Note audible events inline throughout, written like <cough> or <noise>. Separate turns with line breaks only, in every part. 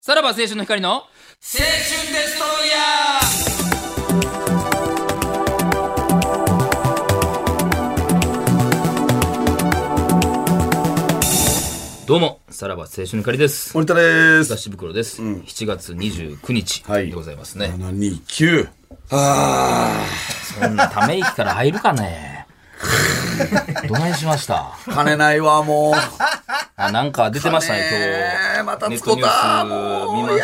さらば青春の光の青春デストロイヤーどうも、さらば青春の光です。
森田です。
東袋です。7月29日
はい
でございますね。
729。あ
そんなため息から入るかね <laughs> どないしました
あ、金ないわ、 <laughs> もう。
あなんか出てましたね、今
金
日。
また
ネッ
使
ト
う
ニュ
た
ース見まし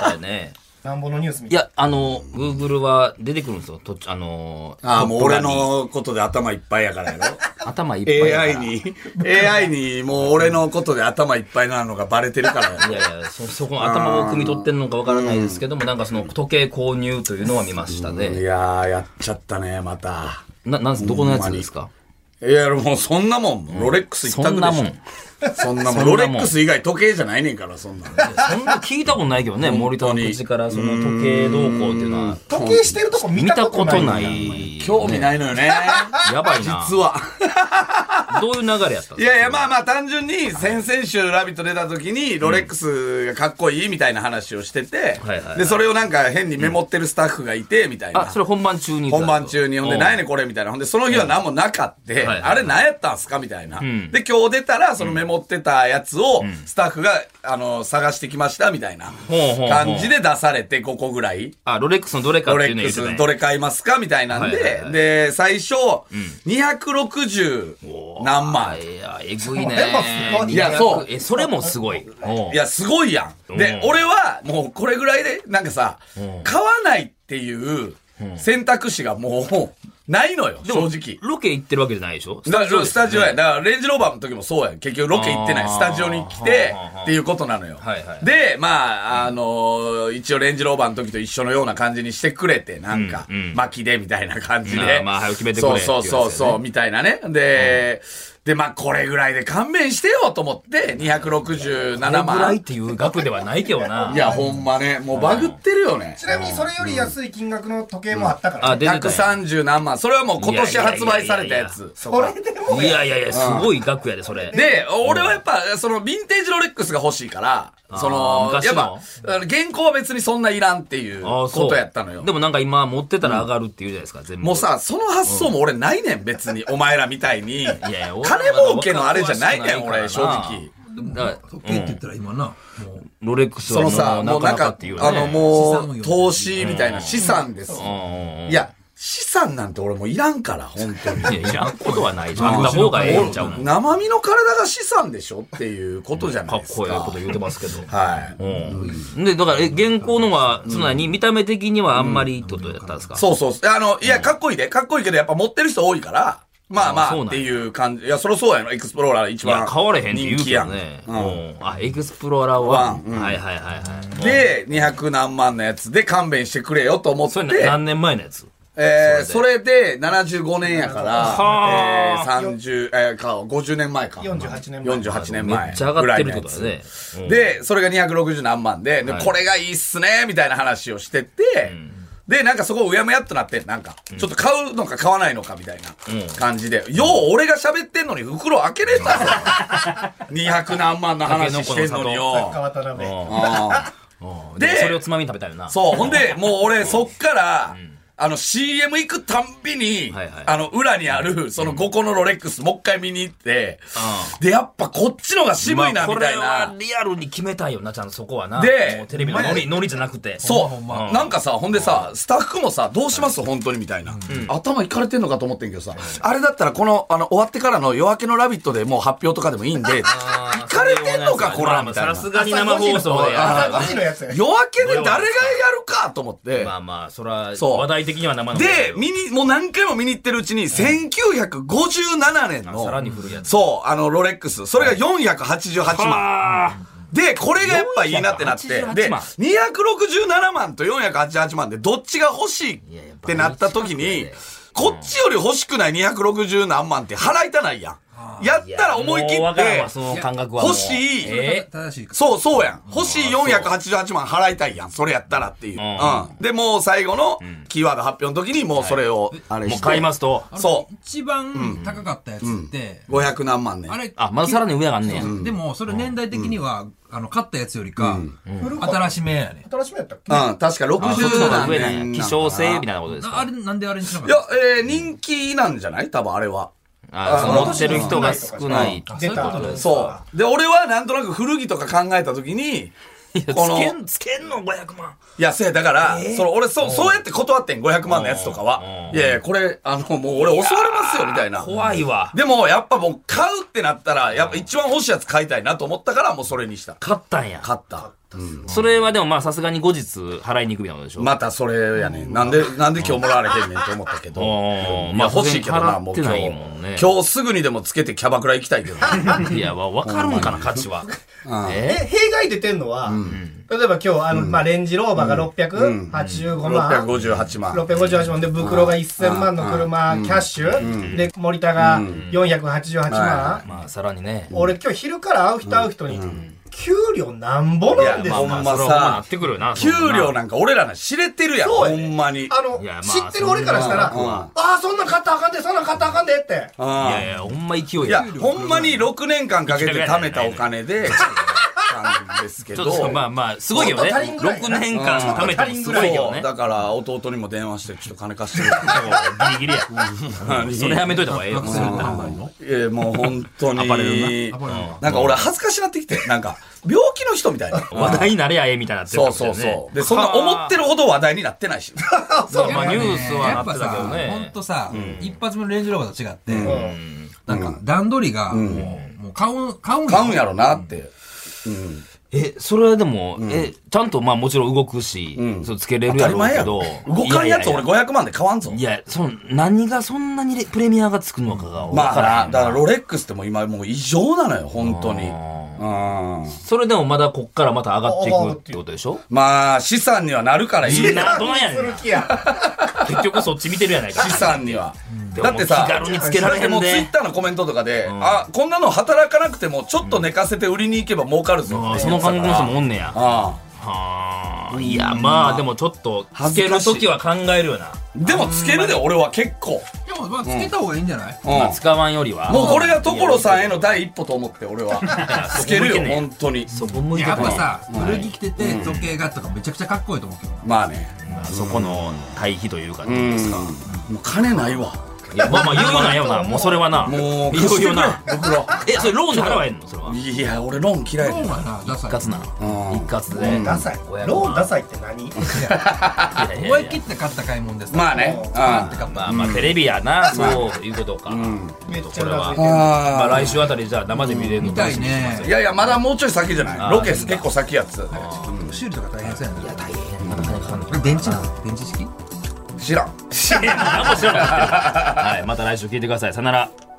たよね。
なんぼのニュースみ
い
たい
や、あの、Google は出てくるんですよ。とあの、
ああ、もう俺
トップランに
のことで頭いっぱいや <laughs> からやろ。
頭いっぱいやから
AI <laughs> に、AI にもう俺のことで頭いっぱいなのがバレてるからや
い
<laughs> ろ。
やいや、そ、そこの頭を汲み取ってんのかわからないですけども、なんかその時計購入というのは見ました
い
ね。
やー、やっちゃったね、また。
な、なんす、どこのやつですか
いや、もうそんなもん、ロレックス一
そ
択
ん
で
なも
しょ
ん。。
そんなも
そんなもん
ん。ロレックス以外時計じゃないねんから、そんなの。
そんな聞いたことないけどね、森田の口からその時計動向っていうのは。
な。時計してるとこ見
見
た
た
こ
ことと
な。
ないい。
<laughs> 興味ないのよね。
やばいな。
<laughs> 実は。
どういう流れやったん
い
ですか
やいや、まあまあ、単純に、先々週、ラビット出た時に、ロレックスがかっこいいみたいな話をしてて
はいはいはい、
で、それをなんか変にメモってるスタッフがいて、みたい
あ、
な
そ。れ本番中に。
本番中に、ほんで、何やねん
ん
これみたいな。ほんで、その日は何もなかっ
い
て、
はい
あれ何やったんすかみたいな。
ん
で、今日出たら、そのメモってたやつを、スタッフが、あの、探してきました、みたいな
ほうほう
感じで出されて、5個ぐらい。
あ、ロレックスのどれか
ロ
っ
レ
ていうの
ッ
言
ク
ってたん
ス
や
どれ買いますかみたいなんで、
はいはいはい
で、最初、260何枚。
いや、えぐいね
それもすご。い
いやそう
え、それもすごい。おう
いや、すごいやん。で、
うん
俺は、もうこれぐらいで、なんかさ
うん、
買わないっていう選択肢がもう、ないのよ、
でも
正直。
ロケ行ってるわけじゃないでしょ
だからスタジオや。
ね
だから、レンジローバーの時もそうやん。結局ロケ行ってな
あ
い。
ー
スタジオに来て
はあはあはあ、
っていうことなのよ
はいはい。
で、まあ、あのー、一応レンジローバーの時と一緒のような感じにしてくれて、なんか
うんうん、
巻きでみたいな感じ
まあ
で。
まあ早く決めてくれっていう
そ
や
う
つ
そ
やね
うそうそう、みたいなね。で、で、まあ、これぐらいで勘弁してよと思って、267
あれぐらい
万
っ。ていう額ではないけどな。
いや、ほんまね、もうバグってるよね。
ちなみにそれより安い金額の時計もあったから。
あ、出てたんや。
130何万。それはもう今年発売されたやつ。
これでも
いやいやいや、すごい額やで、それ。
で、俺はやっぱ、その、ヴィンテージロレックスが欲しいから、その、
昔
や
の
っぱ、あの現行は別にそんないらんっていう
あ
こ
そう
とやったのよ
で。もなんか今持ってたら上がるっていうじゃないですか、全部。
もうさ、その発想も俺ないねん、別に。お前らみたい
<laughs>
に。
いやいや、俺
金儲けのあれじゃないねん、俺、正。直。
だから
時計って言ったら今な、もう
ロレックス
そ
はも
の
う
さ、
な
もう
か
なん
なかっ
か
ていう、ね。
あの、
資
も
産を
う、
よ
投資みたいな資産です。
うん
いや、資産なんて俺もういらんから、本当に。
いや、いらんことはないじゃん。あんな方がええんちゃうもん。か
生身の体が資産でしょっていうことじゃない
っ
ですか。
こいいこと言うてますけど。
はい。
うん。で、だから、え、現行のは、つまり見た目的にはあんまりいいってことやったんですか、
そうそう。あの、いや、かっこいいで。かっこいいけど、やっぱ持ってる人多いから、まあま
あそうな
あ、
んや
っていう感じ。いや、そりゃそうやの。エクスプローラー一
いや
番。、
変われへんって言う
人気
け
や
ど
ん。
ね。
う
うんん。あ、エクスプローラー1。
1うん
はいはいはいはい。
で、200何万のやつで勘弁してくれよと思って
そ、れな何年前のやつ
えー、それで75年やから、え
は
ー、30、えー、か、50年前か。
48年前
48年
め
前。
っちゃ上がってるってことだ
ぐらいの
ね
や
う
つ。
ん
で、それが260何万で、で
はい
これがいいっすね、みたいな話をしてて、で、なんかそこうやむやっとなってん、なんか、ちょっと買うのか買わないのかみたいな感じで、よう俺が喋ってんのに袋開けれたぞ200何万の話してんのによ。
川田鍋。
あ
うん
で
でもそれをつまみに食べたよな。
ーそう、ほ
<laughs>
んで、もう俺そっから、あの CM 行くたんびに
はいはい、
あの裏にあるその5個のロレックスもう一回見に行って
う、
で、やっぱこっちのが渋
ま
いな
あこ
み
れ
たい
は
な。
リアルに決めたいよな、ちゃんとそこはな。
で
もうテレビのノリ、ノリじゃなくて。
そう、
ま
なんかさ、ほんでさ、スタッフもさ、どうします本当にみたいな。頭いかれてんのかと思ってんけどさ、あれだったらこの、あの、終わってからの夜明けのラビットでもう発表とかでもいいんで、い
<laughs> あー
かれてんのか、こ
ま
ら、
あま
み
あ
たいな。
さすがに生放送でや
朝5時のやつや。
夜明けで誰がやるかと思って、
まあまあ、そら、
そう
話題的には生の方がいい
で
よ、
見に、もう何回も見に行ってるうちに、1957年の、
さらに古いやつ
そう、あの、ロレックス。それが488万。
あ
で、これがやっぱいいなってなって、
488万
で、267万と488万で、どっちが欲しいってなった時
いやい
に
や倍近くやで、
こっちより欲しくない260何万って払いたないやん。やったら思い
も
切
う
っ
わからん
て
わ、その感覚はもう。
欲しい、
え
正しいか
そうそうやん。欲しい488万払いたいやん。それやったらってい
ん
う。うん。で、もう最後のキーワード発表の時にもうそれを、あれ
も
し
う
て。
買いますと。
あれ
そう
一番高かったやつって、
500何万ね。
あれ
あ、まださらに上があんねや。
でもそれ年代的には、あの買ったやつよりか、
古か
新しめやね
新しめやったっけ
うん、確か
あ、そっちの
60
方が
何
上
年
な
なん
や。
ん
希
か
少性みたい
い
なことです
なあ
か
れなんであれにしなかった
や、えー人気なんじゃない多分あれは。
あその持ってる人が少ない。
あ
出
そうい
た
うことです
そう。で、俺はなんとなく古着とか考えた時に、
いや
この
つけん、つけんの500万。
いや、せや、だから、その俺、そう、そうやって断ってん、500万のやつとかは。
うん
いやいや、これ、あの、もう俺襲われますよ、みたいな。
怖いわ。
でも、やっぱもう買うってなったら、やっぱ一番欲しいやつ買いたいなと思ったから、もうそれにした。
買ったんや。
買った。
それはでもまあさすがに後日払いに行くみたいなことでしょ。
またそれやねん。なんで、なんで今日もらわれてんねんと思ったけど。
おー
い
ま
や、
あ
欲しいけどな、もう
払
今
って
日
ないもんね。
今日すぐにでもつけてキャバクラ行きたいけど。
<laughs>
いや、わわかるんかな、価値は。え
え、弊害出てんのは、例えば今日、あの、まあ、レンジローバーが685万。
658万。
658万で袋が1000万の車キャッシュで森田が488万
まあ、さらにね。
俺今日昼から会う人会う人に給料なんぼなんで
い
す
や
か
まあ
それは
さ
なってくるよな。
給料
な。
なんか俺らな知れてるやん、
そ
ほ
うや
んまに。
あの
いやまあ
知ってる俺からしたら
そんな
ああそんなん買ったらあかんでそんなん買ったらあかんでって
うん
いやいや、ほんま勢い
いや
や。、
ほんまに6年間かけて貯めたお
<laughs>
金で、なんですけ
ちょ
ど。
っとまあまあ、すごいけどね。
ちょっと足りんぐらい
6年間貯めたらすごいけど
そ
ね
う。だから弟にも電話して、ちょっと金貸して
もうギリギリや。
る。
それやめといた方がええよ
学。生だったらないの
えーもう本当に。
暴れる
暴れるな
なんか俺恥ずかしなってきて、なんか、病気の人みたいな。
話題になれやええみたいになってる
そ
か
う
もし
そ
れね
うんそう。で、そんな思ってるほど話題になってないし。
まあまあニュース
や
は
っ
なっ
ぱ
てたけど
さ、ほ
ね
ん。とさ、一発目のレンジローバーと違って、
うん
なんか段取りが、もう、もう買うん、買うん
買うんやろなって。
え、それはでも、え、ちゃんとまあもちろん動くし、そうつけれる
当
や
たり
ろう
前
け
や
ど
ろ。。動かんやつ
い
俺500万で買わんぞ。
いや、その、何がそんなにレプレミアがつくのかが分
ま
か
あ
ら
な、
ん
だからロレックスってもう今もう異常なのよ、本当に。うん。
それでもまだこっからまた上がっていくってことでしょ
まあ、資産にはなるからいい
いい
な。
な、どうやね
する
ん。
気や
<laughs> 結局そっち見てるやないか <laughs>
資。産には。
でも
だってさ、
気軽につけられへんで
もうツイッターのコメントとかで、あ、こんなの働かなくても、ちょっと寝かせて売りに行けば儲かるぞ
あ
っ
ー
て
そ
言
の
ってたか
感覚
ら。
の人もおんねや。
あ
はあ。いや、まあでもちょっと、つけるときは考えるよな。
あでもつけるで、俺は結構。
でも、まあ、つけた方がいいんじゃない、
うん
まあ使わんよりは。
もうこれが所さんへの第一歩と思って、俺は。つけるよ、本当に。
そこ向いて
やっ
こ
ぱ
ない。
さ、古着着てて、時計がとかめちゃくちゃかっこいいと思うけどな。
まあね。
まあそこの対比というかって
う
いうんですか。。
もう金ないわ。
いや、まあまあ言うなよな。もうそれはな。
もう、
いろいろ
な
な。
袋。
え、それローンで払わへんのそれは。
いや、俺ローン嫌い
ロ
だ
ーン
よ。
はな、ダサい。
一括な。
うん
一括で。
ダサい
親の
ローンダサいって何
いやいやいや
思い切って買った買い物です。
まあね。
買って
う
買った。
まあまあテレビやな、そういうことか。
めっち
こ
ゃ
れ
ダ
は
サい
ん。
まあ
あ
来週あたりじゃあ生で見れるの
みたい
楽しみにしてますよ。
あ。
ね
いやいや、まだもうちょい先じゃない。ロケ結構先やつ。
修理とか大変そうやな。
大変な金かかんの
これ電池なの電池式
知らん。
何も知らなかったよはいまた来週聞いてくださいさよなら